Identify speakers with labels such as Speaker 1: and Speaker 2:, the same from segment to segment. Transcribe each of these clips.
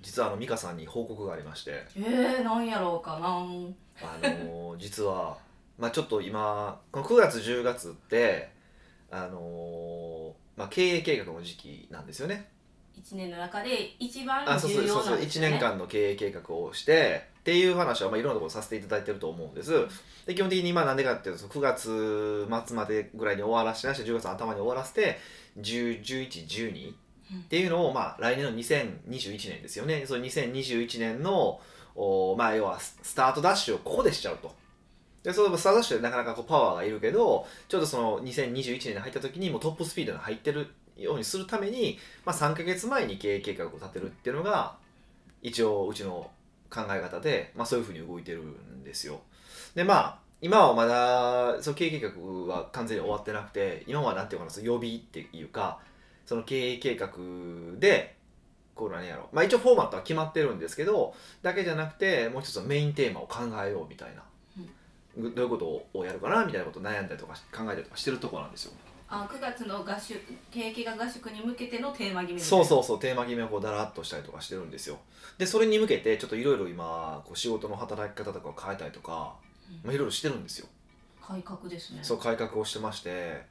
Speaker 1: 実はあの美香さんに報告がありまして
Speaker 2: えー、なんやろうかな
Speaker 1: あのー実は、まあ、ちょっと今この9月10月ってあのーまあ、経営計画の時期なんですよね。
Speaker 2: 一年の中で一番
Speaker 1: あそうそ
Speaker 2: 重
Speaker 1: うそう
Speaker 2: 要
Speaker 1: そ
Speaker 2: な
Speaker 1: うん
Speaker 2: です
Speaker 1: 1
Speaker 2: よね
Speaker 1: 年間の経営計画をしてっていう話はまあいろんなところさせていただいてると思うんですで基本的に今なんでかっていうと9月末までぐらいに終わらせてないし10月の頭に終わらせて101112っていうのをまあ来年の2021年ですよねその2021年のおまあ要はススタートダッシュをここでしちゃうと。でそうスタートダッシュでなかなかこうパワーがいるけどちょっとその2021年に入った時にもうトップスピードに入ってるようにするためにまあ、3ヶ月前に経営計画を立てるっていうのが一応うちの考え方で、まあ、そういうふうに動いてるんですよ。でまあ今はまだその経営計画は完全に終わってなくて今はなんていうのかなその予備っていうかその経営計画でこう何やろまあ一応フォーマットは決まってるんですけどだけじゃなくてもう一つのメインテーマを考えようみたいな、どういうことをやるかなみたいなことを悩んだりとか考えたりとかしてるところなんですよ。
Speaker 2: あ9月の合宿景気が合宿に向けてのテーマ決めみたい
Speaker 1: そ
Speaker 2: な
Speaker 1: うそうそうテーマ決めをこうだらっとしたりとかしてるんですよでそれに向けてちょっといろいろ今こう仕事の働き方とかを変えたりとか
Speaker 2: うん
Speaker 1: いろいろしてるんですよ
Speaker 2: 改革ですね
Speaker 1: そう改革をしてまして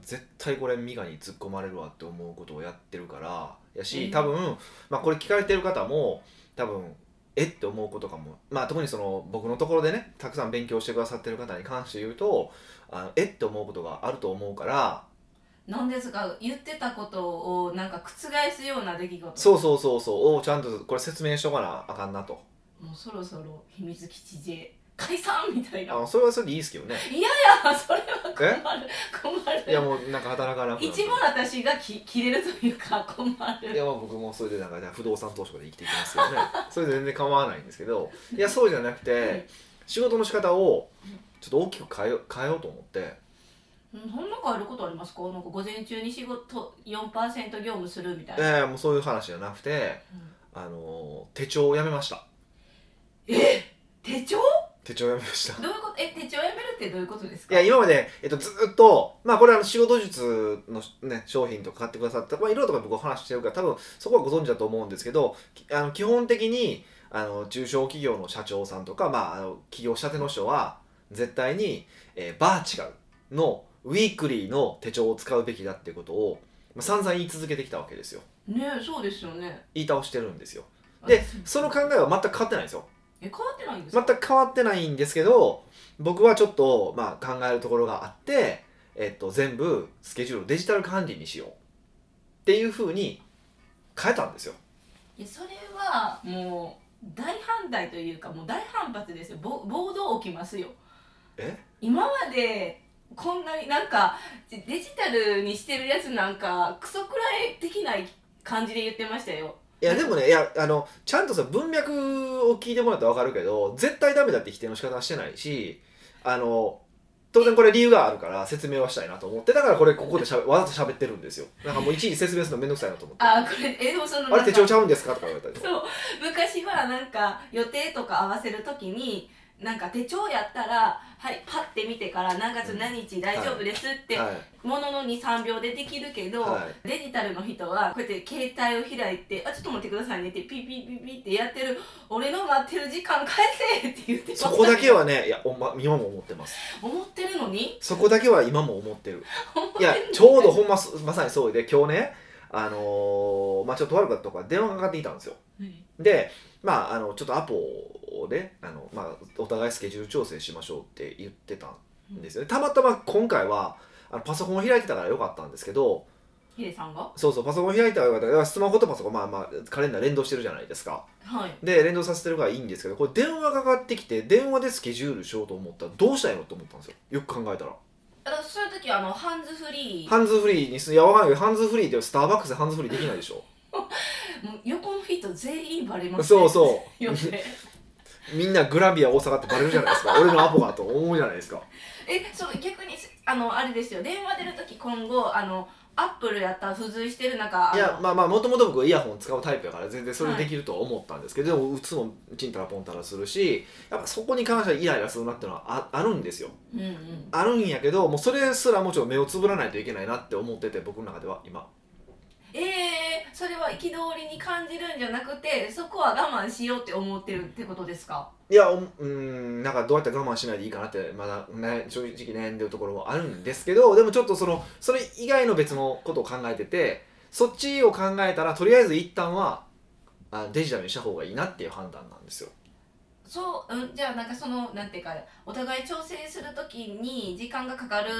Speaker 1: 絶対これミカに突っ込まれるわって思うことをやってるからや
Speaker 2: う
Speaker 1: し
Speaker 2: ん
Speaker 1: 多分、まあ、これ聞かれてる方も多分えって思うことかも、まあ、特にその僕のところでねたくさん勉強してくださってる方に関して言うとあのえって思うことがあると思うから
Speaker 2: なんですが言ってたことをなんか覆すような出来事
Speaker 1: そうそうそうそうおちゃんとこれ説明しとかなあかんなと
Speaker 2: もうそろそろ秘密基地で解散みたいな
Speaker 1: あのそれはそれでいいですけどね
Speaker 2: あ それは
Speaker 1: え
Speaker 2: 困る困る
Speaker 1: いやもうなんか働かなくなった
Speaker 2: 一番私がき切れるというか困
Speaker 1: い
Speaker 2: る
Speaker 1: やまあ僕もそれでなんか不動産投資とかで生きていきますけど ねそれで全然構わないんですけどいやそうじゃなくて仕事の仕方をちょっと大きく変えよう変えようと思って
Speaker 2: うんそんな変えることありますかなんか午前中に仕事4%業務するみたい
Speaker 1: い
Speaker 2: な、
Speaker 1: やいやもうそういう話じゃなくて
Speaker 2: うん
Speaker 1: あの手帳をやめました
Speaker 2: え手帳
Speaker 1: 手帳をやめました
Speaker 2: どういうことえ手帳やめるってどういうことです
Speaker 1: い
Speaker 2: か
Speaker 1: や今まで、えっと、ずっと、まあ、これはあの仕事術の、ね、商品とか買ってくださった、まあ、いろいろとか僕お話ししてるから多分そこはご存知だと思うんですけどきあの基本的にあの中小企業の社長さんとか、まあ、あの起業したての人は絶対に、えーバーチカルのウィークリーの手帳を使うべきだっていうことを、まあ、散々言い続けてきたわけですよ
Speaker 2: ねそうですよね
Speaker 1: 言い倒してるんですよで
Speaker 2: 私
Speaker 1: その考えは全く変わってないんですよ
Speaker 2: え変わってないんです
Speaker 1: 全
Speaker 2: か、
Speaker 1: く変わってないんですけど僕はちょっと、まあ、考えるところがあって、えっと、全部スケジュールをデジタル管理にしようっていうふうに変えたんですよ
Speaker 2: いやそれはもう大反対というかもう大反発ですよぼ暴動起きますよ
Speaker 1: え
Speaker 2: 今までこんなになんかデジタルにしてるやつなんかクソくらいできない感じで言ってましたよ
Speaker 1: いやでもねいやあのちゃんとさ文脈を聞いてもらったら分かるけど絶対ダメだって否定の仕方はしてないしあの当然これ理由があるから説明はしたいなと思ってだからこれここでしゃべわざと喋ってるんですよなんかもういちいち説明するのめんどくさいなと思って「あ
Speaker 2: あこれえでもそのなんか
Speaker 1: れ手帳ちゃうんですか?」とか言われたりとか
Speaker 2: そう昔はなんか予定とか合わせるときになんか手帳やったら、はい、パッて見てから何月何日大丈夫ですって
Speaker 1: はい
Speaker 2: ものの23秒でできるけど、
Speaker 1: は
Speaker 2: デジタルの人はこうやって携帯を開いて「あちょっと待ってくださいね」ってピッピッピッピッってやってる「俺の待ってる時間返せ!」って言って
Speaker 1: そこだけ
Speaker 2: は
Speaker 1: はねいやお、ま、今も思ってます
Speaker 2: 思ってるのに
Speaker 1: そこだけは今も思ってる
Speaker 2: 思って
Speaker 1: い
Speaker 2: る
Speaker 1: や
Speaker 2: のに
Speaker 1: ちょうどほんまそまさにそうで今日ねあのーまあちょっと悪かったとか電話がかかってきたんですよ
Speaker 2: はい
Speaker 1: でまああのちょっとアポをねあの、まあ、お互いスケジュール調整しましょうって言ってたんですよねたまたま今回はあのパソコンを開いてたからよかったんですけど
Speaker 2: ヒデさんが
Speaker 1: そうそうパソコン開いてたからよかったからスマホとパソコンまあまあカレンダー連動してるじゃないですか
Speaker 2: はい
Speaker 1: で連動させてるからいいんですけどこれ電話がかかってきて電話でスケジュールしようと思ったらどうしたらいいのと思ったんですよよく考えたら
Speaker 2: あだからそういう時はあのハンズフリー
Speaker 1: ハンズフリーにすいやわかんないけどハンズフリーってスターバックスでハンズフリーできないでし ょ
Speaker 2: もう横の人全員バレます
Speaker 1: そうそう
Speaker 2: よね
Speaker 1: うみんなグラビア大阪ってバレるじゃないですか俺のアポがと思うじゃないですか
Speaker 2: えそう逆にあのあれですよ電話出る時今後あのアップルやったら付随してる中
Speaker 1: いや
Speaker 2: あ
Speaker 1: まあまあもともと僕はイヤホン使うタイプだから全然それできるとは思ったんですけど、でもうつもちんたらぽんたらするしやっぱそこに関してはイライラするなってのはああるんですよ
Speaker 2: のうんうん
Speaker 1: あるんやけどもうそれすらもちろん目をつぶらないといけないなって思ってて僕の中では今
Speaker 2: えそれは憤りに感じるんじゃなくてそこは我慢しようって思ってるってことですか
Speaker 1: いやおうんなんかどうやって我慢しないでいいかなってまだ、ね、正直悩んでるところもあるんですけどでもちょっとそのそれ以外の別のことを考えててそっちを考えたらとりあえず一旦はあデジタルにした方がいいなっていう判断なんですよ。
Speaker 2: そう、うん、じゃあなんかそのなんていうかお互い調整するときに時間がかかる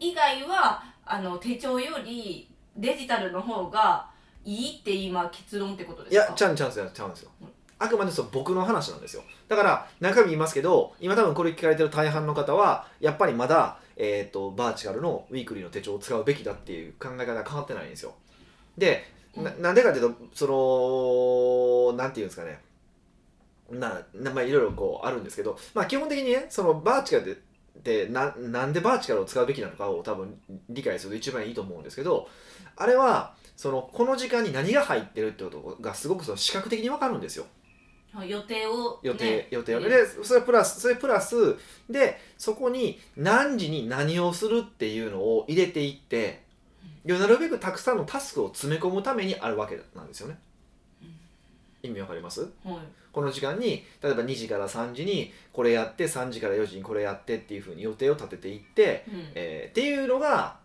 Speaker 2: 以外はあの手帳よりデジタルの方がいいって今結論ってことで
Speaker 1: い
Speaker 2: すか
Speaker 1: やちゃうんちゃうんですよちゃうんですよ
Speaker 2: うん
Speaker 1: あくまでその僕の話なんですよだから中身言いますけど今多分これ聞かれてる大半の方はやっぱりまだ、えー、とバーチカルのウィークリーの手帳を使うべきだっていう考え方が変わってないんですよでななんでかっていうとそのなんていうんですかねななまあいろいろこうあるんですけど、まあ、基本的にねそのバーチカルででななんでバーチカルを使うべきなのかを多分理解すると一番いいと思うんですけどあれはそのこの時間に何が入ってるってことがすごくその視覚的に分かるんですよ
Speaker 2: 予定を、ね、
Speaker 1: 予定、予定をねでそれプラスそれプラスでそこに何時に何をするっていうのを入れていってなるべくたくさんのタスクを詰め込むためにあるわけなんですよね意味わかります
Speaker 2: はい
Speaker 1: この時間に例えば2時から3時にこれやって3時から4時にこれやってっていうふうに予定を立てていって、
Speaker 2: うん
Speaker 1: えーっていうのが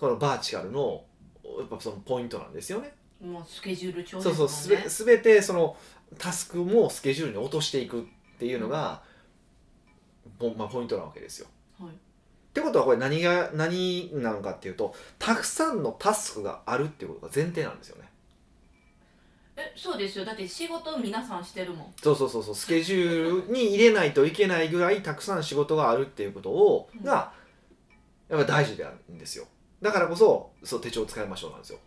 Speaker 1: このバーチカルのやっぱそのポイントなんですよね。
Speaker 2: もうスケジュール調整
Speaker 1: そう
Speaker 2: です
Speaker 1: そ
Speaker 2: も
Speaker 1: うんすべ
Speaker 2: ね
Speaker 1: すべてそのタスクもスケジュールに落としていくっていうのが、ポまあ、ポイントなわけですよ。
Speaker 2: はい
Speaker 1: ってことはこれ何が何なのかっていうとたくさんのタスクがあるっていうことが前提なんですよね。
Speaker 2: えそうですよだって仕事皆さんしてるもん
Speaker 1: そうそうそうそうスケジュールに入れないといけないぐらいたくさん仕事があるっていうことを
Speaker 2: うん
Speaker 1: がやっぱ大事であるんですよだからこそそう手帳を使いましょうなんですよ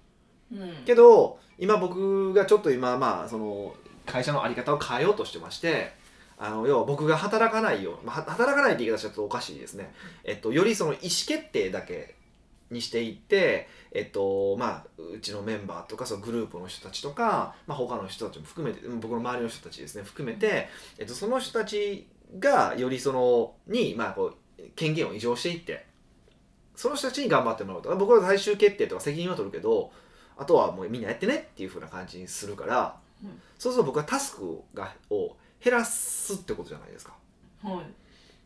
Speaker 2: うん
Speaker 1: けど今僕がちょっと今まあその会社の在り方を変えようとしてましてあの要は僕が働かないよう、まあ、は働かないって言い方しちゃうとおかしいですね、えっと、よりその意思決定だけにしていって、えっとまあ、うちのメンバーとかそのグループの人たちとか、まあ、他の人たちも含めてうん僕の周りの人たちですね含めて、えっと、その人たちがよりそのに、まあ、こう権限を移譲していってその人たちに頑張ってもらうと僕は最終決定とか責任は取るけどあとはもうみんなやってねっていう風な感じにするから、
Speaker 2: うん
Speaker 1: そうすると僕はタスクがを減らすってことじゃないですか。
Speaker 2: は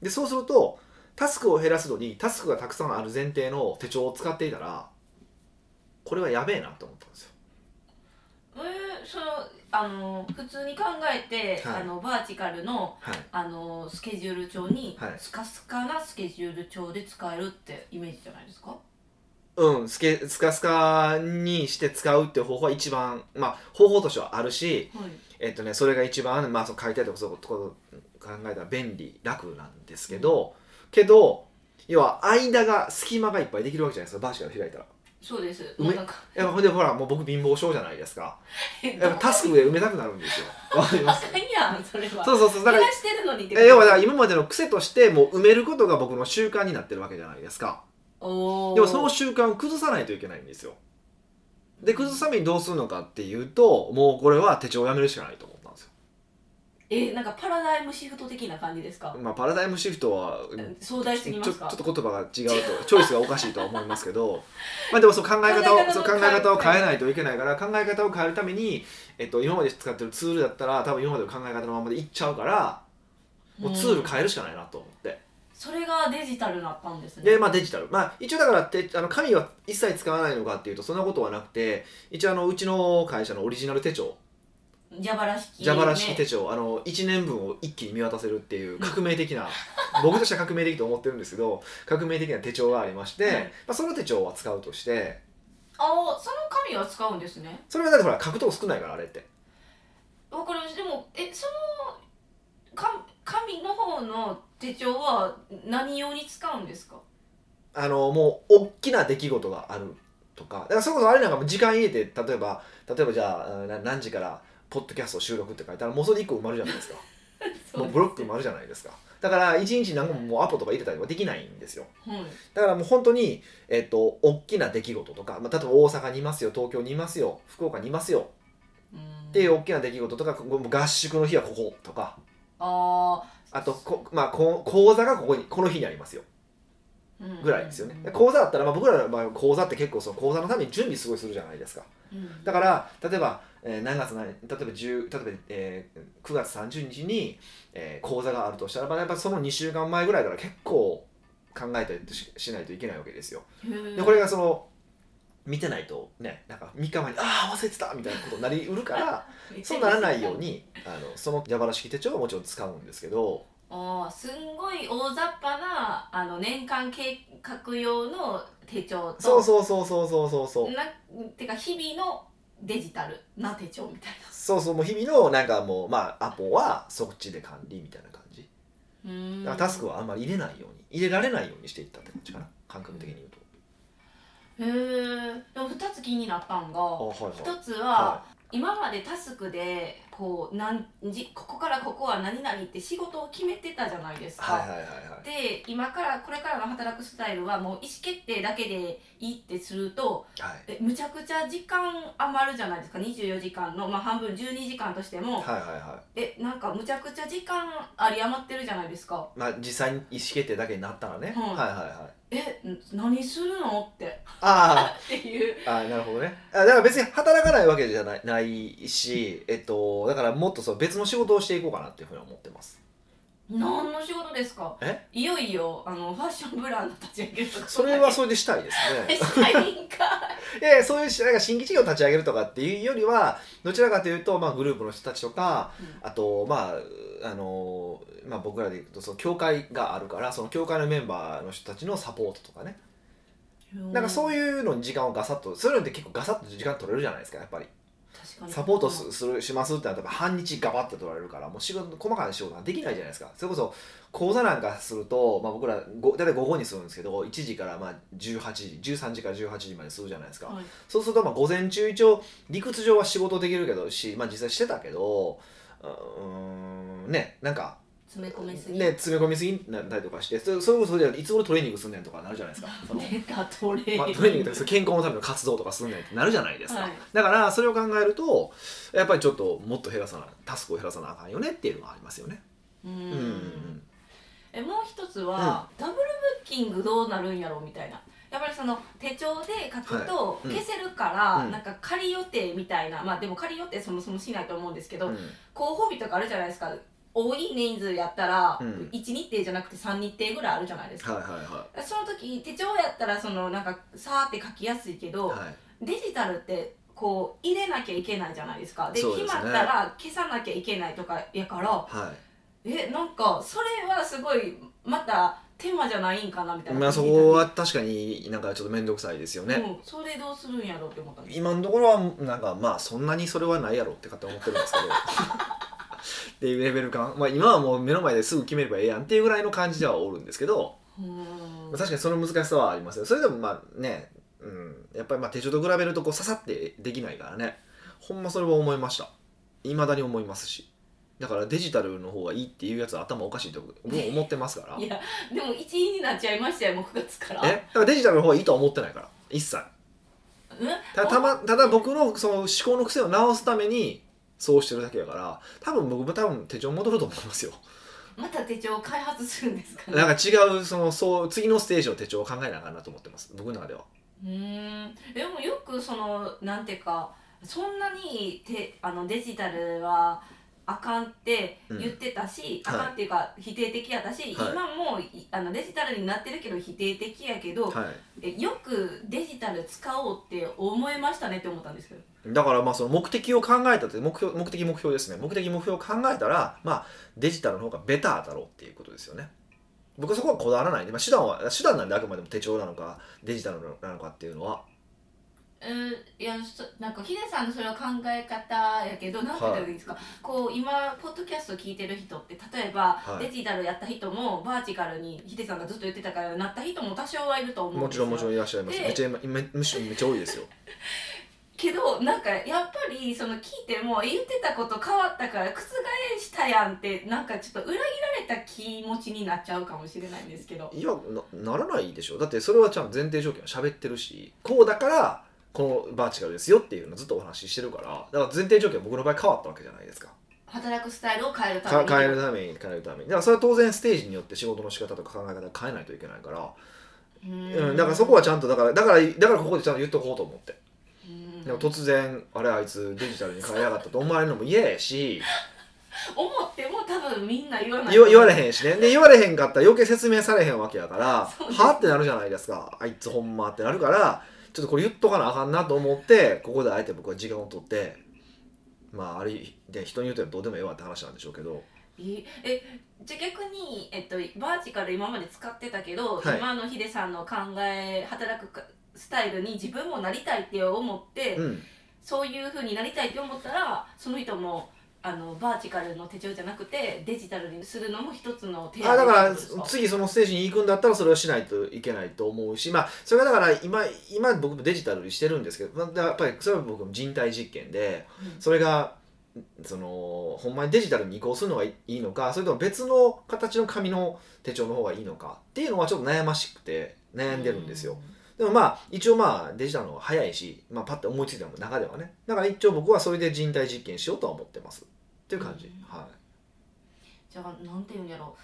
Speaker 2: い
Speaker 1: でそうするとタスクを減らすのにタスクがたくさんある前提の手帳を使っていたらこれはやべえなと思ったんですよ。
Speaker 2: えー、そのあの普通に考えて、
Speaker 1: はい
Speaker 2: あのバーチカルの
Speaker 1: はい、
Speaker 2: あのスケジュール帳に、
Speaker 1: はい
Speaker 2: スカスカなスケジュール帳で使えるってイメージじゃないですか
Speaker 1: うんスケスカスカにして使うっていう方法は一番、まあ、方法としてはあるし、
Speaker 2: はい
Speaker 1: えっとね、それが一番、まあ、その書いたいとかそういうこと考えたら便利楽なんですけど、けど要は間が隙間がいっぱいできるわけじゃないですかバーチカル開いたら。
Speaker 2: そうです
Speaker 1: う
Speaker 2: も
Speaker 1: め
Speaker 2: うなんか
Speaker 1: いやほんでほらもう僕貧乏症じゃないですか
Speaker 2: え
Speaker 1: やっぱタスクで埋めたくなるんですよわかりま
Speaker 2: あ
Speaker 1: す
Speaker 2: かんやんそれは
Speaker 1: そうそうそうだか
Speaker 2: 減
Speaker 1: ら
Speaker 2: らしてるのにって
Speaker 1: え要はだから今までの癖としてもう埋めることが僕の習慣になってるわけじゃないですか
Speaker 2: おー
Speaker 1: でもその習慣を崩さないといけないんですよで崩すためにどうするのかっていうともうこれは手帳をやめるしかないと思ったんですよ、
Speaker 2: えなんかパラダイムシフト的な感じですか、
Speaker 1: まあ、パラダイムシフトは
Speaker 2: え壮大すぎま
Speaker 1: ちょ
Speaker 2: すか
Speaker 1: ちょっと言葉が違うとチョイスがおかしいとは思いますけ どまあでもそう考え方を
Speaker 2: 考え方の
Speaker 1: そう考え方を変えないといけないから考え方を変えるために、えっと、今まで使ってるツールだったら多分今までの考え方のままでいっちゃうからもうツール
Speaker 2: うん
Speaker 1: 変えるしかないなと思って、
Speaker 2: それがデジタルだったんですね
Speaker 1: でまあデジタルまあ一応だからってあの紙は一切使わないのかっていうとそんなことはなくて一応あのうちの会社のオリジナル手帳
Speaker 2: 蛇腹式、ね、
Speaker 1: 蛇腹式手帳、あの1年分を一気に見渡せるっていう革命 的な僕としては革命的と思ってるんですけど革命的な手帳がありまして、
Speaker 2: はい
Speaker 1: まあ、その手帳は使うとして
Speaker 2: ああその紙は使うんですね
Speaker 1: それはだってほら書くとこ少ないからあれって
Speaker 2: わかりましたでもえそのか紙の方の手帳は何用に使うんですか
Speaker 1: あのもう大きな出来事があるとかだからそれこそあれなんかも時間入れて例えば例えばじゃあうんな何時からポッドキャスト収録って書いたらもうそれ1個埋まるじゃないですかもうブロック埋まるじゃないですかだから1日何個ももうアポとか入れたりはできないんですよ
Speaker 2: はい
Speaker 1: だからもう本当に、えっと、大きな出来事とか、まあ、例えば大阪にいますよ東京にいますよ福岡にいますよ
Speaker 2: うん
Speaker 1: っていう大きな出来事とかここもう合宿の日はこことか
Speaker 2: あ
Speaker 1: あとこ、まあ、こ講座がここにこの日にありますよ
Speaker 2: ー
Speaker 1: ぐらいですよね、
Speaker 2: うん
Speaker 1: で講座だったら、まあ、僕らはまあ講座って結構その講座のために準備すごいするじゃないですか
Speaker 2: うん
Speaker 1: だから例えば、えー何月何例えば10例えば、えー9月30日に、えー講座があるとしたらばやっぱその2週間前ぐらいから結構考えたりししないといけないわけですよ
Speaker 2: へえ
Speaker 1: でこれがその見てないとねなんか3日前に「ああ忘れてた!」みたいなことになりうるからそうならないようにあのその蛇腹式手帳はもちろん使うんですけど
Speaker 2: あーすんごい大雑把なあの年間計画用の手帳と
Speaker 1: そうそうそうそうそうそうそう
Speaker 2: なてか日々のデジタルな手帳みたい
Speaker 1: そうそうもう日々のなんかもうまあアポはそっちで管理みたいな感じ
Speaker 2: な
Speaker 1: だからタスクはあんまり入れないように入れられないようにしていったって感じかな感覚的に言うと
Speaker 2: へえでも2つ気になったんが
Speaker 1: あはいはい
Speaker 2: 1つは、
Speaker 1: は
Speaker 2: 今までタスクでこうなんじここからここは何々って仕事を決めてたじゃないですか、
Speaker 1: はいはいはいはい
Speaker 2: で今からこれからの働くスタイルはもう意思決定だけでいいってすると
Speaker 1: はい
Speaker 2: えむちゃくちゃ時間余るじゃないですか24時間の、まあ、半分12時間としても、
Speaker 1: はいはいは
Speaker 2: えなんかむちゃくちゃ時間あり余ってるじゃないですか
Speaker 1: いまあ実際に意思決定だけになったらね、
Speaker 2: うん
Speaker 1: はいはいはい
Speaker 2: えん何するのって
Speaker 1: あ
Speaker 2: ってい
Speaker 1: ー
Speaker 2: う
Speaker 1: あーなるほどねあだから別に働かないわけじゃないないしえっとだからもっとそう別の仕事をしていこうかなっていうふうに思ってます
Speaker 2: 何の仕事ですか
Speaker 1: え
Speaker 2: いよいよあのファッションブランド立ち上げるとか
Speaker 1: それはそれでしたいです ね
Speaker 2: 社員か
Speaker 1: いやいやそういうしなんか新規事業を立ち上げるとかっていうよりはどちらかというと、まあ、グループの人たちとかあと、まああのまあ、僕らでいうとその教会があるからその教会のメンバーの人たちのサポートとかねなんかそう
Speaker 2: いう
Speaker 1: いうのに時間をガサッとするのって結構ガサッと時間取れるじゃないですかやっぱり
Speaker 2: 確かに
Speaker 1: サポートすするしますってなったら半日ガバッと取られるからもう仕事細かな仕事ができないじゃないですかそれこそ講座なんかすると、まあ、僕らご大体午後にするんですけど1時からまあ18時13時から18時までするじゃないですか、
Speaker 2: はい
Speaker 1: そうするとまあ午前中一応理屈上は仕事できるけどし、まあ、実際してたけどうーんねなんか
Speaker 2: 詰め込みすぎ
Speaker 1: ね 詰め込みすぎたりとかしてそれそれこそじゃあいつ俺トレーニングすんねんとかなるじゃないですか。その
Speaker 2: 出たトレーニング、
Speaker 1: まあ、トレーニングとか健康のための活動とかすんねんってなるじゃないですか、
Speaker 2: はい
Speaker 1: だからそれを考えるとやっぱりちょっともっと減らさなタスクを減らさなあかんよねっていうのがありますよね。
Speaker 2: う
Speaker 1: うんんうん
Speaker 2: えもう一つは、ダブルブッキングどうなるんやろみたいなやっぱりその手帳で書くと
Speaker 1: はいうん
Speaker 2: 消せるから、
Speaker 1: うん
Speaker 2: なんか仮予定みたいな、まあでも仮予定そもそもしないと思うんですけど、
Speaker 1: うん
Speaker 2: 候補日とかあるじゃないですか多い人数やったら、
Speaker 1: うん
Speaker 2: 1日程じゃなくて3日程ぐらいあるじゃないですか、
Speaker 1: はいは
Speaker 2: その時手帳やったらそのなんかさーって書きやすいけど、
Speaker 1: いはい、はい
Speaker 2: デジタルってこう入れなきゃいけないじゃないですかで
Speaker 1: そうですね
Speaker 2: 決まったら消さなきゃいけないとかやから
Speaker 1: はい
Speaker 2: えなんかそれはすごいまた手間じゃないんかなみたいな、
Speaker 1: まあ、そこは確かになんかちょっと面倒くさいですよね。
Speaker 2: うん、それどうするんやろうって思ったんです
Speaker 1: 今のところはなんかまあそんなにそれはないやろって勝手に思ってるんですけ どっていうレベル感、まあ、今はもう目の前ですぐ決めればええやんっていうぐらいの感じではおるんですけど、
Speaker 2: うーん
Speaker 1: まあ、確かにその難しさはありますよそれでもまあね、うん、やっぱりまあ手帳と比べるとこう刺さってできないからねほんまそれは思いましたいまだに思いますしだからデジタルの方がいいっていうやつは頭おかしいと僕は思ってますから
Speaker 2: いやでも一位になっちゃいましたよもう9月から
Speaker 1: えだからデジタルの方がいいとは思ってないから一切
Speaker 2: うん
Speaker 1: たたまただ僕のその思考の癖を直すためにそうしてるだけだから多分僕も多分手帳戻ると思いますよ
Speaker 2: また手帳を開発するんですかね
Speaker 1: なんか違うそのそう次のステージの手帳を考えなあかんなと思ってます僕の中では
Speaker 2: うーんでもよくそのなんていうかそんなにてあのデジタルはあかんって言ってたし、
Speaker 1: うん
Speaker 2: あ
Speaker 1: はい
Speaker 2: かんっていうか否定的やったし、
Speaker 1: はい
Speaker 2: 今もいあのデジタルになってるけど否定的やけど、
Speaker 1: はい
Speaker 2: えよくデジタル使おうって思いましたねって思ったんですけど
Speaker 1: だからまあその目的を考えたって目標目的目標ですね目的目標を考えたらまあデジタルの方がベターだろうっていうことですよね僕はそこはこだわらないんで、まあ、手段は手段なんであくまでも手帳なのかデジタルなのかっていうのは
Speaker 2: うんいやそなんかヒデさんのそれは考え方やけどなんて言ったらいいですか、こう今ポッドキャスト聞いてる人って例えば、
Speaker 1: はい
Speaker 2: デジタルやった人もバーチカルにヒデさんがずっと言ってたからなった人も多少はいると思うん
Speaker 1: も
Speaker 2: で
Speaker 1: ち
Speaker 2: すよ
Speaker 1: ろんもちろんいらっしゃいます
Speaker 2: で
Speaker 1: めっちゃ今めむしろめっちゃ多いですよ
Speaker 2: けどなんかやっぱりその聞いてもえ言ってたこと変わったから覆したやんってなんかちょっと裏切られた気持ちになっちゃうかもしれないんですけど
Speaker 1: いやなならないでしょだってそれはちゃんと前提条件は喋ってるしこうだからこのバーチカルですよっていうのをずっとお話ししてるからだから前提条件は僕の場合変わったわけじゃないですか
Speaker 2: 働くスタイルを変えるため
Speaker 1: か
Speaker 2: に
Speaker 1: 変えるために変えるためにだからそれは当然ステージによって仕事の仕方とか考え方変えないといけないから
Speaker 2: うん
Speaker 1: うん、だからそこはちゃんとだからだからだからここでちゃんと言っとこうと思って
Speaker 2: うん
Speaker 1: でも突然あれあいつデジタルに変えやがったと思われるのも嫌やし
Speaker 2: 思っても多分みんな言わない
Speaker 1: 言わ言われ
Speaker 2: ん
Speaker 1: へんしねで言われへんかったら余計説明されへんわけやから
Speaker 2: そうです
Speaker 1: はってなるじゃないですかあいつほんまってなるからちょっとこれ言っとかなあかんなと思ってここであえて僕は時間を取ってまああれで人に言うとどうでもええわって話なんでしょうけど
Speaker 2: いえじゃあ逆に、えっと、バーチカル今まで使ってたけど、
Speaker 1: はい
Speaker 2: 今のヒデさんの考え働くかスタイルに自分もなりたいって思って、
Speaker 1: うん
Speaker 2: そういうふうになりたいって思ったらその人もあのバーチカルの手帳じゃなくてデジタルにするのも一つの提
Speaker 1: あだから
Speaker 2: ですか
Speaker 1: 次そのステージに行くんだったらそれをしないといけないと思うしまあそれがだから今今僕もデジタルにしてるんですけど、まあ、やっぱりそれは僕も人体実験で
Speaker 2: うん
Speaker 1: それがそのほんまにデジタルに移行するのがいいのかそれとも別の形の紙の手帳の方がいいのかっていうのはちょっと悩ましくて悩んでるんですよ。でもまあ一応まあデジタルの方が早いし、まあ、パッて思いついたの中ではねだから一応僕はそれで人体実験しようとは思ってますっていう感じ、
Speaker 2: うん
Speaker 1: はい
Speaker 2: じゃあなんていうんやろ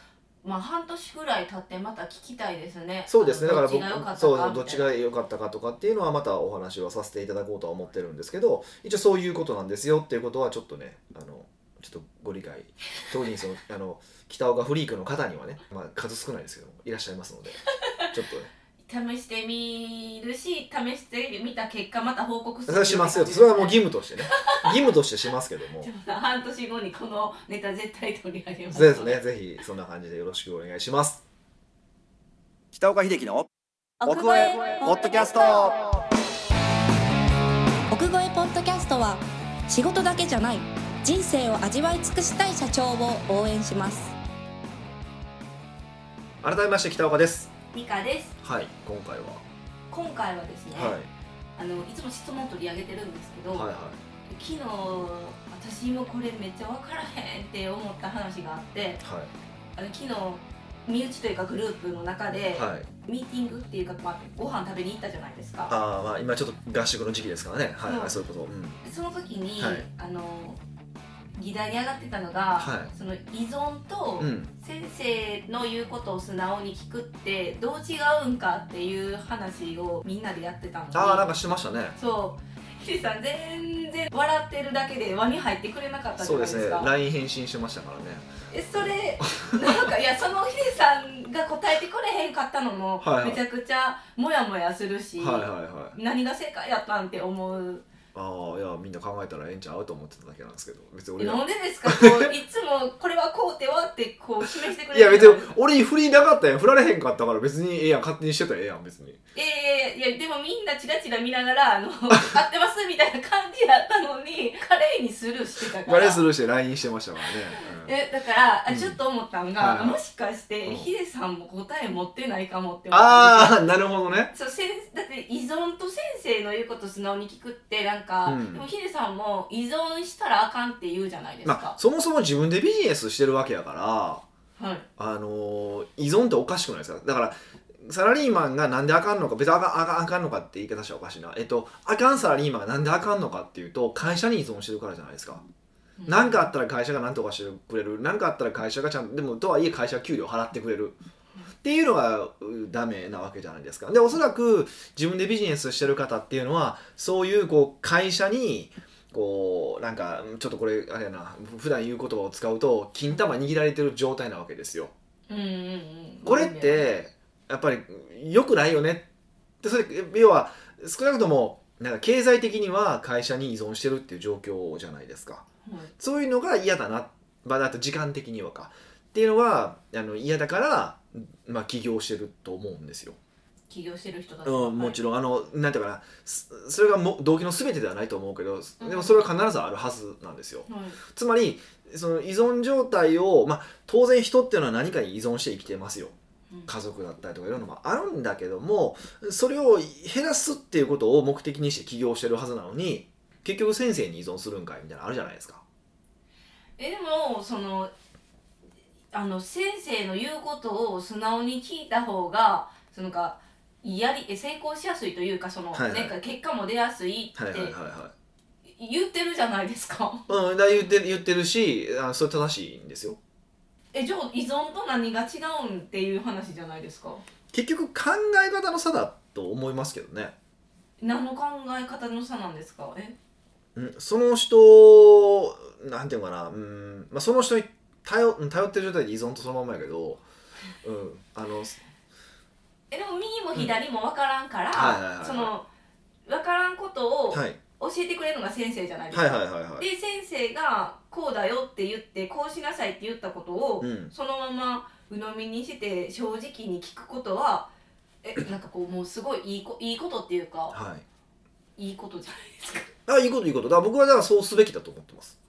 Speaker 2: まあ半年ぐらい経ってまた聞きたいですね
Speaker 1: そうですねだ
Speaker 2: あ
Speaker 1: か
Speaker 2: の
Speaker 1: ら
Speaker 2: どっちが良かっ
Speaker 1: 僕そうそ
Speaker 2: たか
Speaker 1: うどっち
Speaker 2: み
Speaker 1: が良かったかとかっていうのはまたお話はさせていただこうとは思ってるんですけど一応そういうことなんですよっていうことはちょっとねあのちょっとご理解特にそのあの北岡フリークの方にはね、まあ、数少ないですけどもいらっしゃいますのでちょっとね
Speaker 2: たいな試してみるし試してみた結果また報告す
Speaker 1: そ
Speaker 2: る
Speaker 1: れはします よとそれはもう義務としてね義務としてしますけども
Speaker 2: でもな半年後にこのネタ絶対取り上げます
Speaker 1: そうですねぜひそんな感じでよろしくお願いします北岡秀樹の
Speaker 3: 奥越えポッドキャスト奥越えポッドキャストは仕事だけじゃない人生を味わい尽くしたい社長を応援します
Speaker 1: 改めまして北岡です
Speaker 2: ミカです
Speaker 1: はい今回は、
Speaker 2: 今回はですね、
Speaker 1: はい
Speaker 2: あのいつも質問取り上げてるんですけど、
Speaker 1: はいはい
Speaker 2: 昨日私もこれめっちゃ分からへんって思った話があって
Speaker 1: は
Speaker 2: あの昨日身内というかグループの中で、
Speaker 1: いはい
Speaker 2: ミーティングっていうか、まあ、ご飯食べに行ったじゃないですか
Speaker 1: ああまあ今ちょっと合宿の時期ですからねはい、
Speaker 2: う
Speaker 1: は
Speaker 2: ん
Speaker 1: い、そういうこと、うん、
Speaker 2: でその時に、
Speaker 1: はい
Speaker 2: あの議題に上がってたのが、
Speaker 1: は
Speaker 2: その依存と
Speaker 1: うん、
Speaker 2: 先生の言うことを素直に聞くってどう違うんかっていう話をみんなでやってたのに
Speaker 1: ああなんかしてましたね
Speaker 2: そうヒデさん全然笑ってるだけで輪に入ってくれなかったじ
Speaker 1: そ
Speaker 2: ゃ
Speaker 1: う
Speaker 2: な
Speaker 1: で
Speaker 2: いです
Speaker 1: すね
Speaker 2: か
Speaker 1: LINE 返信してましたからね
Speaker 2: えそれなんかいやそのヒデさんが答えてくれへんかったのも
Speaker 1: はいはい
Speaker 2: めちゃくちゃモヤモヤするし、
Speaker 1: はいはいはい
Speaker 2: 何が正解やったんって思う
Speaker 1: ああいやみんな考えたらええんちゃうと思ってただけなんですけど別に俺が
Speaker 2: なんでですかこういつもこれはこうではってこう示してくれる
Speaker 1: いや別に俺に振りなかったやん振られへんかったから別にええやん勝手にしてたらええやん別に
Speaker 2: いやいやいやでもみんなチラチラ見なが らあの合ってますみたいな感じやったのに華麗にスルーしてたか
Speaker 1: バ
Speaker 2: ら
Speaker 1: レするして LINE してましたからね、うん
Speaker 2: えだから、
Speaker 1: う
Speaker 2: あ
Speaker 1: ん
Speaker 2: ちょっと思ったんが、
Speaker 1: はい
Speaker 2: もしかして、
Speaker 1: うん
Speaker 2: ヒデさんも答え持ってないかもって思ったんですよ
Speaker 1: ああなるほどね
Speaker 2: そうせんだって依存と先生の言うこと素直に聞くってなんか、
Speaker 1: うん
Speaker 2: でもヒデさんも依存したらあかんって言うじゃないです
Speaker 1: まあ
Speaker 2: か、
Speaker 1: そもそも自分でビジネスしてるわけやから
Speaker 2: はい、
Speaker 1: あのー依存っておかしくないですかだからサラリーマンがなんであかんのか別にあかんあかんあかんのかって言い方したらおかしいなえっとあかんサラリーマンがなんであかんのかっていうと会社に依存してるからじゃないですか何かあったら会社が何とかしてくれる何かあったら会社がちゃんとでもとはいえ会社は給料払ってくれるっていうのがうダメなわけじゃないですかでおそらく自分でビジネスしてる方っていうのはそういうこう会社にこうなんかちょっとこれあれやな普段言う言葉を使うと金玉握られてる状態なわけですよ
Speaker 2: うんうんうん
Speaker 1: これってやっぱり良くないよねってそれ要は少なくともなんか経済的には会社に依存してるっていう状況じゃないですか
Speaker 2: はい
Speaker 1: そういうのが嫌だな、まあ、あと時間的にはかっていうのはあの嫌だから、まあ、起業してると思うんですよ、
Speaker 2: 起業してる人だと
Speaker 1: うん、もちろんあのなんていうかなすそれがも動機の全てではないと思うけどで
Speaker 2: うん
Speaker 1: もそれは必ずあるはずなんですよ
Speaker 2: ろん、はい
Speaker 1: つまりその依存状態を、まあ、当然人っていうのは何かに依存して生きてますよ
Speaker 2: うん
Speaker 1: 家族だったりとかいろんなのもあるんだけどもそれを減らすっていうことを目的にして起業してるはずなのに結局先生に依存するんかいみたいなのあるじゃないですか。
Speaker 2: えでもそのあの先生の言うことを素直に聞いた方がそのかやりえ成功しやすいというかその、
Speaker 1: はいはい
Speaker 2: なんか結果も出やすいっ
Speaker 1: はいはいはい
Speaker 2: て
Speaker 1: はい
Speaker 2: 言ってるじゃないですか、
Speaker 1: うん、だ言ってる言ってるしあそれ正しいんですよ
Speaker 2: えじゃあ依存と何が違うんっていう話じゃないですか
Speaker 1: 結局考え方の差だと思いますけどね、
Speaker 2: 何の考え方の差なんですかえ
Speaker 1: うん、その人なんていうのかな、うんまあ、その人に頼頼ってる状態で依存とそのまんまやけど、うん、あの
Speaker 2: えでも右も左も分からんから、
Speaker 1: はいはいはいはい
Speaker 2: その分からんことを
Speaker 1: はい
Speaker 2: 教えてくれるのが先生じゃないですか、
Speaker 1: はいはいはいはい、
Speaker 2: で先生がこうだよって言ってこうしなさいって言ったことを、
Speaker 1: うん、
Speaker 2: そのまま鵜呑みにして正直に聞くことはえなんかこうもうすごいいいこいいことっていうか
Speaker 1: はい
Speaker 2: いいことじゃないですか
Speaker 1: あいいこといいことだから僕はだからそうすべきだと思ってます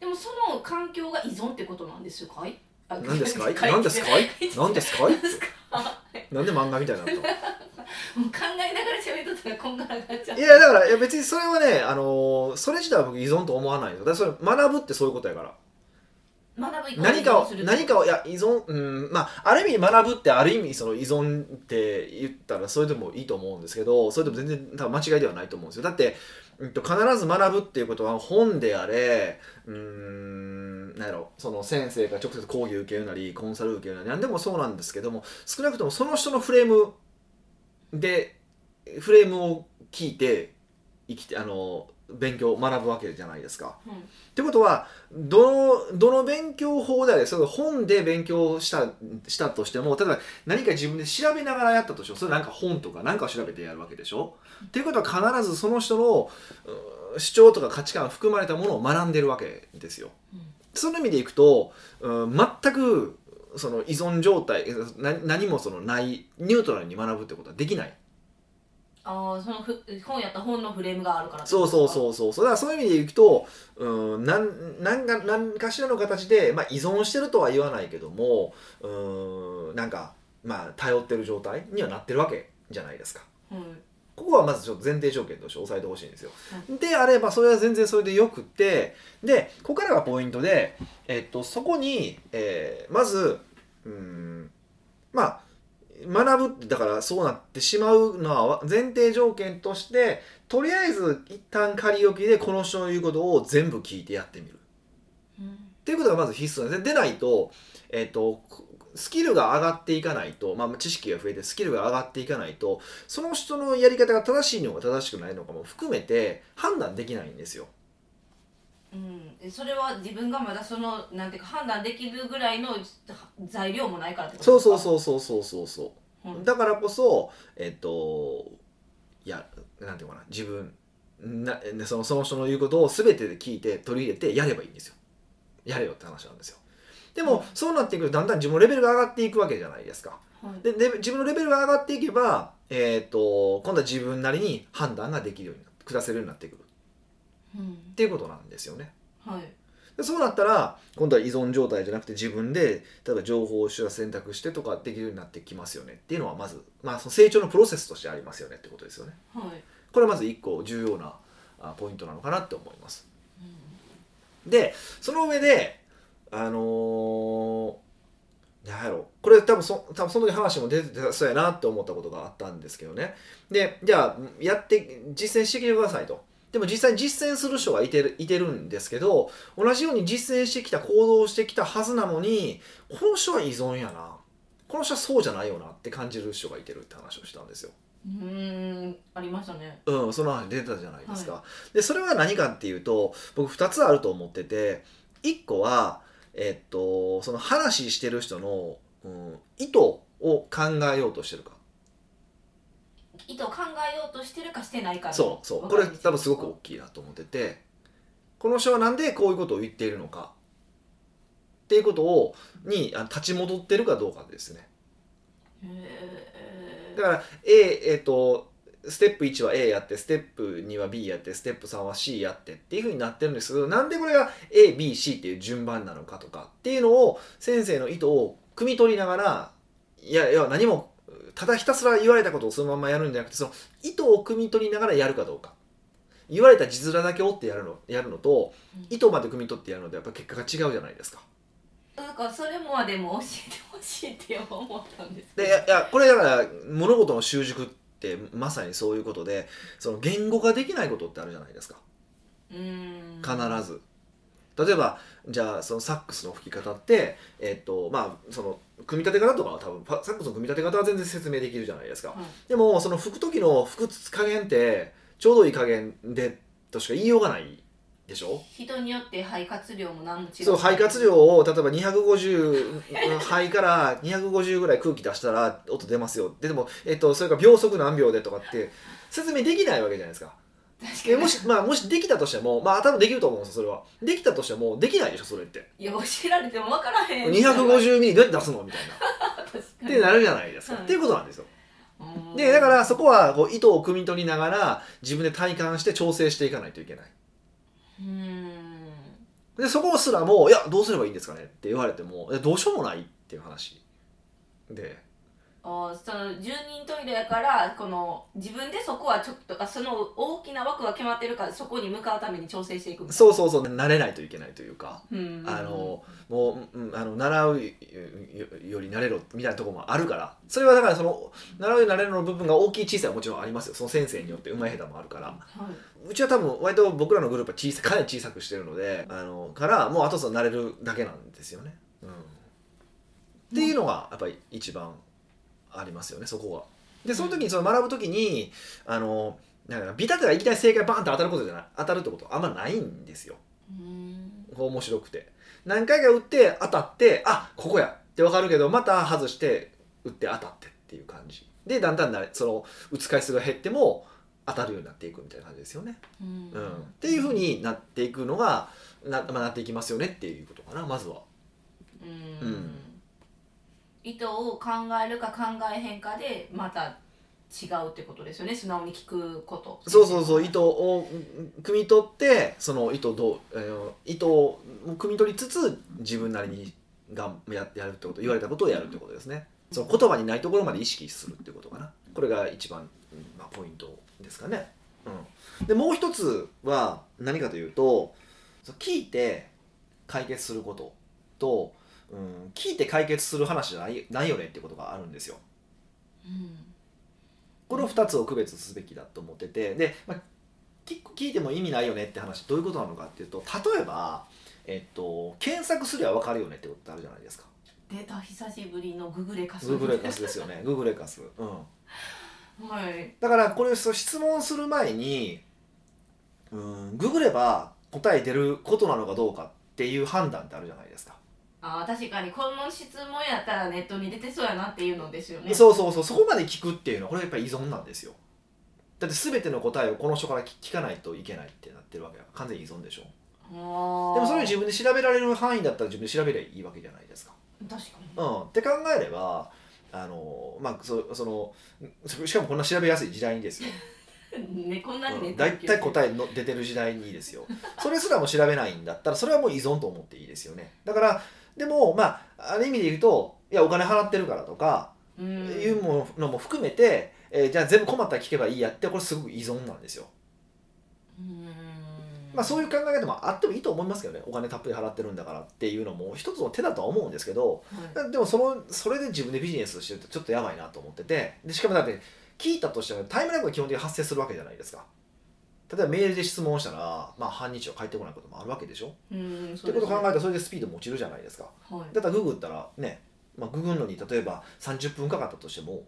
Speaker 2: でもその環境が依存ってことなんですよかいあ
Speaker 1: 何です かい
Speaker 2: かい
Speaker 1: 何ですかい何ですかい
Speaker 2: 何ですか
Speaker 1: なんで漫画みたいになったの
Speaker 2: もう考えながら喋っとったらこんがらがっちゃう
Speaker 1: いやだからいや別にそれはね、あのーそれ自体は僕依存と思わないんですよだからそれ学ぶってそういうことやから
Speaker 2: 学ぶイコール
Speaker 1: 何
Speaker 2: 依
Speaker 1: か
Speaker 2: 存
Speaker 1: を
Speaker 2: する
Speaker 1: 何かをいや依存うんまあある意味学ぶってある意味その依存って言ったらそれでもいいと思うんですけどそれでも全然多分間違いではないと思うんですよだって、うん、と必ず学ぶっていうことは本であれうんなんやろその先生が直接講義受けるなりコンサル受けるなり何でもそうなんですけども少なくともその人のフレームでフレームを聞いて生きてあの勉強学ぶわけじゃないですか。
Speaker 2: うん
Speaker 1: ってことはどのどの勉強法であれそれ本で勉強したしたとしても例えば何か自分で調べながらやったとしてもそれなんか本とか何かを調べてやるわけでしょっていうことは必ずその人のうー主張とか価値観含まれたものを学んでるわけですよ。
Speaker 2: うん
Speaker 1: その意味でいくと、うん、全くその依存状態な何もそのないニュートラルに学ぶってことはできない。
Speaker 2: ああそのふ本やったら本のフレームがあるから
Speaker 1: そうそう
Speaker 2: う
Speaker 1: そうそうそうだからそういう意味でいくとうんなんなんか何かしらの形で、まあ、依存してるとは言わないけどもうんなんかまあ頼ってる状態にはなってるわけじゃないですか。
Speaker 2: うん
Speaker 1: ここはまずちょっと前提条件として押さえてほしいんですよ。であればそれは全然それでよくってでここからがポイントで、えっと、そこに、えーまずうーんまあ学ぶってだからそうなってしまうのは前提条件としてとりあえず一旦仮置きでこの人の言うことを全部聞いてやってみる。
Speaker 2: うん
Speaker 1: っていうことがまず必須なんですね。でないと,、えっとスキルが上がっていかないと、まあ、知識が増えてスキルが上がっていかないとその人のやり方が正しいのか正しくないのかも含めて判断できないんですよ。
Speaker 2: うんえそれは自分がまだそのなんていうか判断できるぐらいのは材料もないからってこと
Speaker 1: そうそう
Speaker 2: う
Speaker 1: そうそうそうそうそううんだからこそえっ、といやなんていうのかな自分なそのその人の言うことを全てで聞いて取り入れてやればいいんですよやれよって話なんですよでも、そうなっていくとだんだん自分のレベルが上がっていくわけじゃないですか
Speaker 2: はい
Speaker 1: でレベ自分のレベルが上がっていけば、えっと今度は自分なりに判断ができるようにな下せるようになってくるっ
Speaker 2: うん
Speaker 1: ていうことなんですよね
Speaker 2: はい
Speaker 1: でそうなったら今度は依存状態じゃなくて自分で例えば情報を取捨選択してとかできるようになってきますよねっていうのはまず、まあ、その成長のプロセスとしてありますよねってことですよね
Speaker 2: はい
Speaker 1: これはまず一個重要なあポイントなのかなって思います
Speaker 2: う
Speaker 1: でその上であのーなんやろこれ多分そ多分その時話も出てたそうやなって思ったことがあったんですけどねでじゃあやって実践してきてくださいとでも実際に実践する人がいてるいてるんですけど同じように実践してきた行動をしてきたはずなのにこの人は依存やなこの人はそうじゃないよなって感じる人がいてるって話をしたんですよ
Speaker 2: んうーんありましたね
Speaker 1: うん、その話出てたじゃないですか、でそれは何かっていうと僕2つあると思ってて1個は、えっと、その話してる人の、うん、意図を考えようとしてるか
Speaker 2: 意図を考えようとしてるかしてないか
Speaker 1: そうそうこれ多分すごく大きいなと思っててこの人はなんでこういうことを言っているのかっていうことをにあ立ち戻ってるかどうかですね。
Speaker 2: へ
Speaker 1: だから A えっ、とステップ1は A やってステップ2は B やってステップ3は C やってっていうふうになってるんですけどなんでこれが ABC っていう順番なのかとかっていうのを先生の意図を汲み取りながらいやいや何もただひたすら言われたことをそのまんまやるんじゃなくてその意図を汲み取りながらやるかどうか言われた字面だけ追ってやるのやるのと意図まで汲み取ってやるのでやっぱ結果が違うじゃないですか。
Speaker 2: えなんかそれもはでも教えてほしいって思ったんですけ
Speaker 1: で
Speaker 2: ど
Speaker 1: いやいやこれだから物事の習熟ってまさにそういうことでその言語化できないことってあるじゃないですか
Speaker 2: うーん
Speaker 1: 必ず。例えばじゃあそのサックスの吹き方ってえっとまあその組み立て方とかは多分パサックスの組み立て方は全然説明できるじゃないですか、
Speaker 2: はい
Speaker 1: でもその吹く時の吹く加減ってちょうどいい加減でとしか言いようがないでしょ
Speaker 2: 人によって肺活量も何も違う
Speaker 1: そう肺活量を例えば250肺から250ぐらい空気出したら音出ますよででも、えっと、それが秒速何秒でとかって説明できないわけじゃないですか
Speaker 2: 確
Speaker 1: で
Speaker 2: か
Speaker 1: もし,、まあ、もしできたとしてもまあ多分できると思うんですよそれはできたとしてもできないでしょそれって
Speaker 2: にいや教えられても分からへん
Speaker 1: 250ミリどうやって出すのみたいな
Speaker 2: 確か
Speaker 1: っ
Speaker 2: に
Speaker 1: てなるじゃないですか、
Speaker 2: はい
Speaker 1: っていうことなんですよ
Speaker 2: うん
Speaker 1: でだからそこはこう意図を汲み取りながら自分で体感して調整していかないといけない
Speaker 2: うん
Speaker 1: でそこすらも「いやどうすればいいんですかね?」って言われても「いやどうしようもない」っていう話で
Speaker 2: あその住人トイレやからこの自分でそこはちょっとあその大きな枠が決まってるからそこに向かうために調整していく
Speaker 1: そうそうそう慣れないといけないというか、
Speaker 2: う、うん、
Speaker 1: あのもう、うん、あの習うよより慣れろみたいなところもあるからそれはだからその習うより慣れろの部分が大きい小さいはもちろんありますよその先生によってうまい下手もあるから
Speaker 2: はいう
Speaker 1: ちは多分割と僕らのグループは小さかなり小さくしてるのであのからもうあとその慣れるだけなんですよね、うん、っていうのがやっぱり一番ありますよねそこはでその時にその学ぶ時にあのなんかビタッといきなり正解バーンと当たることじゃない当たるってことあんまないんですよ
Speaker 2: うん
Speaker 1: こう面白くて何回か打って当たってあここやって分かるけどまた外して打って当たってっていう感じでだんだんなれその打つ回数が減っても当たるようになっていくみたいな感じですよね
Speaker 2: うん
Speaker 1: うん、っていうふうになっていくのがな,、まあ、なっていきますよねっていうことかなまずは。
Speaker 2: う
Speaker 1: うんん
Speaker 2: 意図を考えるか考えへんかでまた違うってことですよね素直に聞くこと
Speaker 1: そうそうそう意図をうん汲み取ってその意図をどう、えー意図を汲み取りつつ自分なりにがややるってこと言われたことをやるってことですね。その言葉にないところまで意識するってことかなこれが一番、うんまあ、ポイントですかね。うん、でもう一つは何かというとその聞いて解決することと、うん、聞いて解決する話じゃないないよねってことがあるんですよ。
Speaker 2: うん
Speaker 1: この2つを区別すべきだと思っててで、まあ、聞聞いても意味ないよねって話どういうことなのかっていうと例えば、えっと、検索すりゃ分かるよねってことってあるじゃないですか
Speaker 2: 出た久しぶりのググレカス
Speaker 1: Google レカスですよ ね Google レカス、うん、
Speaker 2: はい
Speaker 1: だからこれそう質問する前にうんググれば答え出ることなのかどうかっていう判断ってあるじゃないですか、
Speaker 2: あー確かにこの質問やったらネットに出てそうやなっていうのですよね
Speaker 1: そうそうそうそこまで聞くっていうのはこれやっぱり依存なんですよだって全ての答えをこの人から聞聞かないといけないってなってるわけだから完全に依存でしょ
Speaker 2: でも
Speaker 1: でもそれを自分で調べられる範囲だったら自分で調べればいいわけじゃないですか。
Speaker 2: 確かに
Speaker 1: うん、って考えればあのまあそその そしかもこんな調べやすい時代にですよ、
Speaker 2: ね、こん なに
Speaker 1: う
Speaker 2: ね、
Speaker 1: ん、だいたい答えの出てる時代にですよそれすらも調べないんだったらそれはもう依存と思っていいですよねだからでもまあある意味で言うといやお金払ってるからとか、
Speaker 2: え、うん、
Speaker 1: いうものも含めて、えーじゃあ全部困ったら聞けばいいやってこれすごく依存なんですよまあ、そう
Speaker 2: い
Speaker 1: いう考え方もあってもいいと思いますけどねお金たっぷり払ってるんだからっていうのも一つの手だとは思うんですけど
Speaker 2: うん、はい
Speaker 1: でもそのそれで自分でビジネスしてるとちょっとやばいなと思っててでしかもだって聞いたとしてもタイムラグが基本的に発生するわけじゃないですか例えばメールで質問したら、まあ、半日は返ってこないこともあるわけでしょ
Speaker 2: うん、
Speaker 1: ってことを考えた
Speaker 2: え
Speaker 1: らそれでスピードも落ちるじゃないですか
Speaker 2: はい、
Speaker 1: だったらググったらね、まあ、ググるのに例えば30分かかったとしても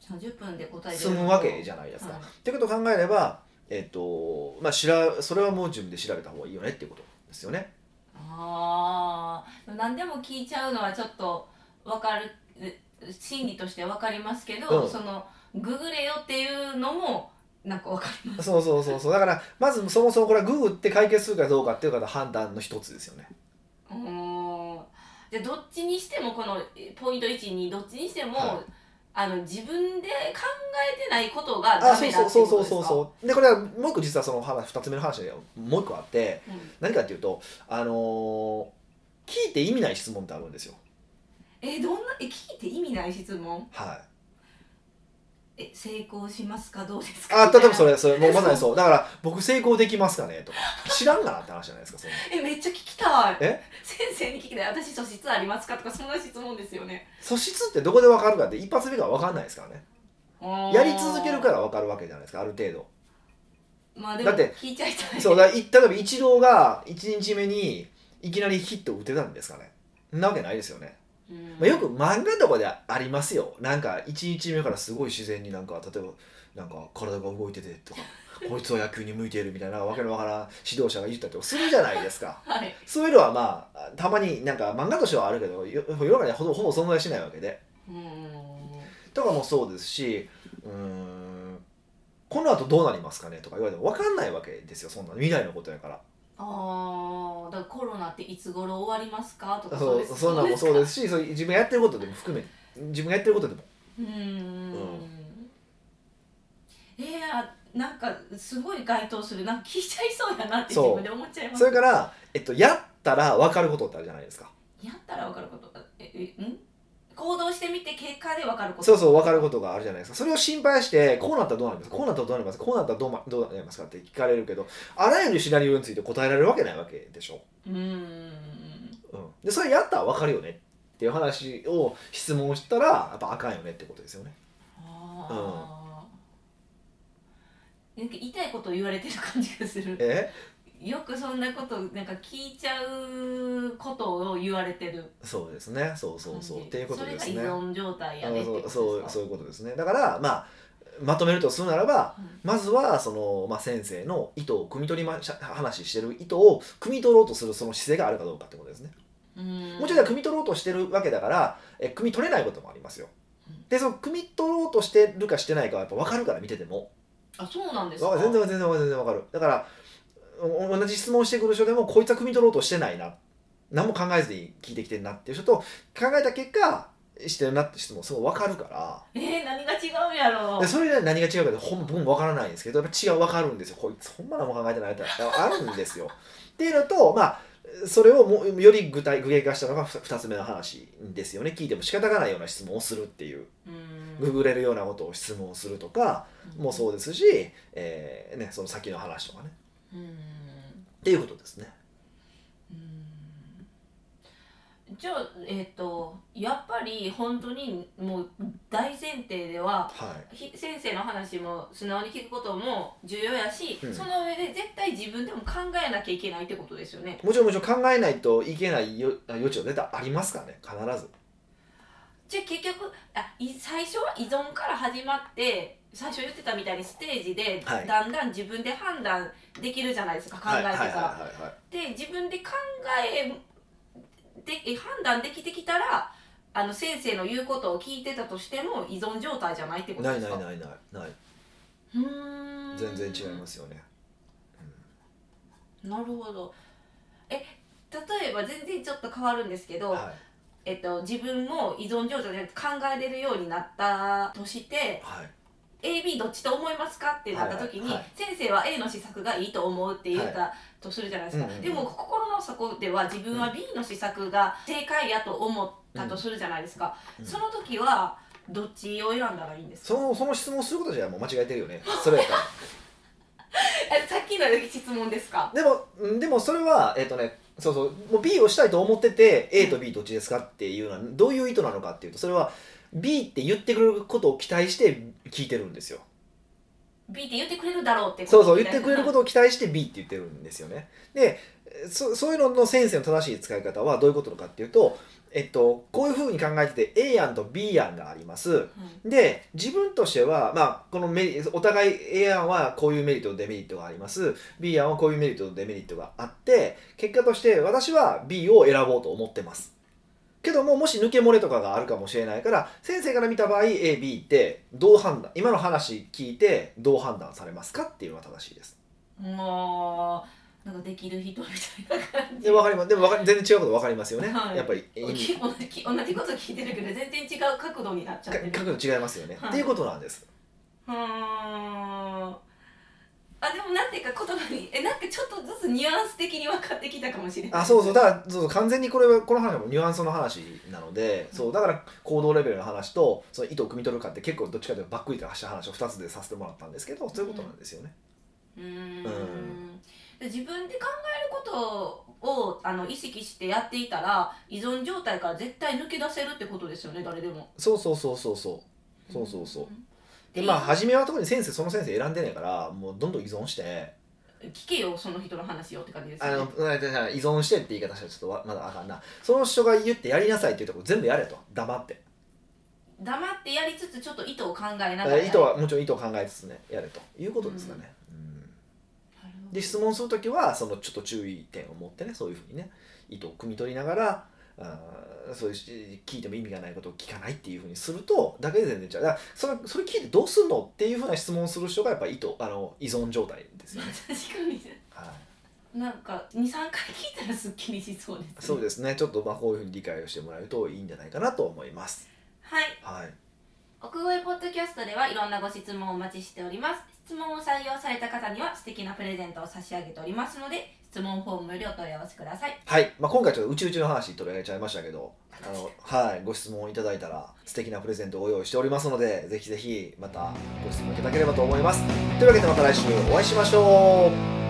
Speaker 2: 30分で答え
Speaker 1: 済むわけ
Speaker 2: ゃ
Speaker 1: じゃないですか、
Speaker 2: はい
Speaker 1: ってことを考えれば、えっとまあ、しらそれはもう自分で調べた方がいいよねっていうことですよね
Speaker 2: ああ何でも聞いちゃうのはちょっとわかるえ心理としてわかりますけど、
Speaker 1: うん
Speaker 2: そのググれよっていうのもなんかわかります
Speaker 1: そうそうそうそうだからまずそもそもこれはググって解決するかどうかっていうかの判断の一つですよね
Speaker 2: うーんじゃあどっちにしてもこのえポイント12どっちにしても、
Speaker 1: はい
Speaker 2: あの自分で考えてないことが
Speaker 1: あ
Speaker 2: ダ
Speaker 1: そう
Speaker 2: メ
Speaker 1: そ
Speaker 2: だ
Speaker 1: う
Speaker 2: ってい
Speaker 1: そうう
Speaker 2: こと
Speaker 1: そう
Speaker 2: です
Speaker 1: そ
Speaker 2: か
Speaker 1: うそうでこれはもう一個実はその話2つ目の話でもう一個あって
Speaker 2: うん
Speaker 1: 何かっていうとあのー聞いて意味ない質問ってあるんですよ
Speaker 2: えどんなえ聞いて意味ない質問
Speaker 1: はい
Speaker 2: え成功しますかどうですか
Speaker 1: あ例えばそ
Speaker 2: れ
Speaker 1: れそれもうまさにそうだから僕成功できますかねとか知らんがなって話じゃないですかそんな
Speaker 2: えめっちゃ聞きたい
Speaker 1: え
Speaker 2: 先生に聞きたい私素質ありますかとかそんな質問ですよね
Speaker 1: 素質ってどこで分かるかって一発目が分かんないですからねや
Speaker 2: や
Speaker 1: り続けるから分かるわけじゃないですかある程度
Speaker 2: まあでも
Speaker 1: だって
Speaker 2: 聞いちゃいたい
Speaker 1: そうだい例えば一郎が1日目にいきなりヒット打てたんですかねそんなわけないですよね、
Speaker 2: うん
Speaker 1: まあ、よく漫画とかでありますよなんか1日目からすごい自然になんか例えばなんか体が動いててと かこいつは野球に向いているみたいなわけのわからん指導者が言ったりとかするじゃないですか
Speaker 2: はい
Speaker 1: そういうのはまあたまになんか漫画としてはあるけどよ世の中にはほぼほぼ存在しないわけで
Speaker 2: うん
Speaker 1: とかもそうですしうーんこの後どうなりますかねとか言われても分かんないわけですよそんな未来のことやから
Speaker 2: ああだからコロナっていつ頃終わりますかとか
Speaker 1: そう
Speaker 2: です
Speaker 1: そんなんもそう
Speaker 2: う
Speaker 1: ですしそう自分がやってることでも含め自分がやってることでも
Speaker 2: うーんえー、あなんかすごい該当するなんか聞いちゃいそうやなって自
Speaker 1: そう
Speaker 2: 分で思っちゃいます
Speaker 1: それから、えっと、やったら分かることってあるじゃないですか
Speaker 2: やったらわかることええん行動してみて結果でわかること
Speaker 1: そうそう分かることがあるじゃないですかそれを心配してこうなったらどうなりますかこうなったらどうなりますかこうなったらどう,、ま、どうなりますかって聞かれるけどあらゆるシナリオについて答えられるわけないわけでしょ
Speaker 2: うーん
Speaker 1: うん、でそれやったら分かるよねっていう話を質問したらやっぱあかんよねってことですよね
Speaker 2: あーなんか痛いことを言われてる感じがする
Speaker 1: え
Speaker 2: よくそんなことなんか聞いちゃうことを言われてる
Speaker 1: そうですねそうそうそうっていうことです
Speaker 2: そ
Speaker 1: ね
Speaker 2: れが依存状態や
Speaker 1: あ
Speaker 2: ね
Speaker 1: の
Speaker 2: って
Speaker 1: そうそ
Speaker 2: ことです
Speaker 1: う
Speaker 2: か
Speaker 1: そういうことですねだからまあまとめるとするならばまずはその、まあ、先生の意図を汲み取りまし話してる意図を汲み取ろうとするその姿勢があるかどうかってことですね
Speaker 2: うん
Speaker 1: もちろん汲み取ろうとしてるわけだからえ汲み取れないこともありますよ
Speaker 2: うん
Speaker 1: でその汲み取ろうとしてるかしてないかはやっぱ分かるから見てても
Speaker 2: あそうなんです
Speaker 1: わ
Speaker 2: か
Speaker 1: か全然全然全然わかるだからお同じ質問してくる人でもこいつは汲み取ろうとしてないな何も考えずに聞いてきてるなっていう人と考えた結果してるなって質問すごいわかるから
Speaker 2: えー、何が違うやろ
Speaker 1: でそれで何が違うかってほんま僕もわからないんですけどやっぱ違うわかるんですよこいつほんま何も考えてないってあるんですよ っていうのとまあそれをもうより具体具現化したのが2つ目の話ですよね聞いても仕方がないような質問をするっていうググれるようなことを質問するとかもそうですし、えーね、その先の話とかね
Speaker 2: うんうん
Speaker 1: っていうことですね。
Speaker 2: うんじゃあえっ、とやっぱり本当にもう大前提では
Speaker 1: はい。
Speaker 2: ひ先生の話も素直に聞くことも重要やし、
Speaker 1: うん
Speaker 2: その上で絶対自分でも考えなきゃいけないってことですよね
Speaker 1: もちろんもちろん考えないといけないよ余地は絶対ありますからね必ず。
Speaker 2: じゃあ結局あい最初は依存から始まって最初言ってたみたいにステージで、
Speaker 1: はい
Speaker 2: だんだん自分で判断できるじゃないですか考えてから、
Speaker 1: はいはいはいはい
Speaker 2: で自分で考えでえ判断できてきたらあの先生の言うことを聞いてたとしても依存状態じゃないってこと
Speaker 1: な
Speaker 2: で
Speaker 1: い
Speaker 2: す
Speaker 1: な
Speaker 2: か
Speaker 1: いないないないう
Speaker 2: ーん
Speaker 1: 全然違いますよね。
Speaker 2: なるほどえ例えば全然ちょっと変わるんですけど、
Speaker 1: は
Speaker 2: えっと、自分も依存状態で考えれるようになったとして
Speaker 1: いはい
Speaker 2: AB どっちと思いますかってなった時に、
Speaker 1: はいはい
Speaker 2: 先生は A の施策がいいと思うって言ったとするじゃないですか、
Speaker 1: うんうんうん
Speaker 2: でも心の底では自分は B の施策が正解やと思ったとするじゃないですか、
Speaker 1: うん
Speaker 2: その時はどっちを選んだらいいんです
Speaker 1: そ
Speaker 2: か、
Speaker 1: のその質問することじゃもう間違えてるよね。 それやったら。
Speaker 2: え さっきの質問ですか
Speaker 1: でもうんでもそれはえっ、とねそうそうもう B をしたいと思ってて A と B どっちですかっていうのはどういう意図なのかっていうとそれは B って言ってくれることを期待して聞いてるんですよ。
Speaker 2: B って言ってくれるだろうって
Speaker 1: そう
Speaker 2: と
Speaker 1: そう言ってくれることを期待して B って言ってるんですよねでそそういうのの先生の正しい使い方はどういうことかっていうと、えっと、こういうふうに考えてて A 案と B 案があります
Speaker 2: うん
Speaker 1: で自分としては、まあ、このメリお互い A 案はこういうメリットとデメリットがあります B 案はこういうメリットとデメリットがあって結果として私は B を選ぼうと思ってますけどももし抜け漏れとかがあるかもしれないから先生から見た場合 AB ってどう判断今の話聞いてどう判断されますかっていうのが正しいです
Speaker 2: もうなんかできる人みたいな感じ
Speaker 1: でわかりますでもわかり全然違うこと分かりますよね、
Speaker 2: はい
Speaker 1: やっぱり意
Speaker 2: 同
Speaker 1: 味
Speaker 2: じ同じこと聞いてるけど全然違う角度になっちゃ
Speaker 1: か
Speaker 2: ってる
Speaker 1: 角度違いますよね、
Speaker 2: はい
Speaker 1: っていうことなんです
Speaker 2: うーんあでもなんていうか言葉にえなんかちょっとずつニュアンス的に分かってきたかもしれない
Speaker 1: あそうそうだからそうそう完全にこれはこの話はもうニュアンスの話なのでそうだから行動レベルの話とその意図を汲み取るかって結構どっちかというとばっくりとした話を2つでさせてもらったんですけどそういうことなんですよね。
Speaker 2: うーん
Speaker 1: うん
Speaker 2: 自分で考えることをあの意識してやっていたら依存状態から絶対抜け出せるってことですよね誰でも
Speaker 1: そうそうそうそうそうそうそうそう
Speaker 2: うん
Speaker 1: でまあ初めは特に先生その先生選んでねえからもうどんどん依存して
Speaker 2: 聞けよその人の話をって感じです
Speaker 1: あ
Speaker 2: よ
Speaker 1: の
Speaker 2: ね
Speaker 1: だから依存してって言い方したらちょっとわまだあかんなその人が言ってやりなさいって言うとこ全部やれと黙って
Speaker 2: 黙ってやりつつちょっと意図を考えなが
Speaker 1: だ
Speaker 2: ら
Speaker 1: から
Speaker 2: やる
Speaker 1: 意図はもちろん意図を考えつつねやれということですかね、うん
Speaker 2: なるほど
Speaker 1: で質問するときはそのちょっと注意点を持ってねそういうふうにね意図を汲み取りながらあーそういうし聞いても意味がないことを聞かないっていうふうにするとだけで全然違うだからそれそれ聞いてどうすんのっていうふうな質問をする人がやっぱ意図あの依存状態ですよね、
Speaker 2: 確かに
Speaker 1: はい、
Speaker 2: なんか23回聞いたらすっきりしそうです、ね、
Speaker 1: そうですねちょっとまあこういうふうに理解をしてもらえるといいんじゃないかなと思います
Speaker 2: はい
Speaker 1: はい
Speaker 2: 奥越ポッドキャストではいろんなご質問をお待ちしております質問を採用された方には素敵なプレゼントを差し上げておりますので質問フォームよりお問い合わせください
Speaker 1: はい、まあ、今回ちょっとうちうちの話取り上げちゃいましたけどあの、はい、ご質問いただいたら素敵なプレゼントをご用意しておりますのでぜひぜひまたご質問いただければと思いますというわけでまた来週お会いしましょう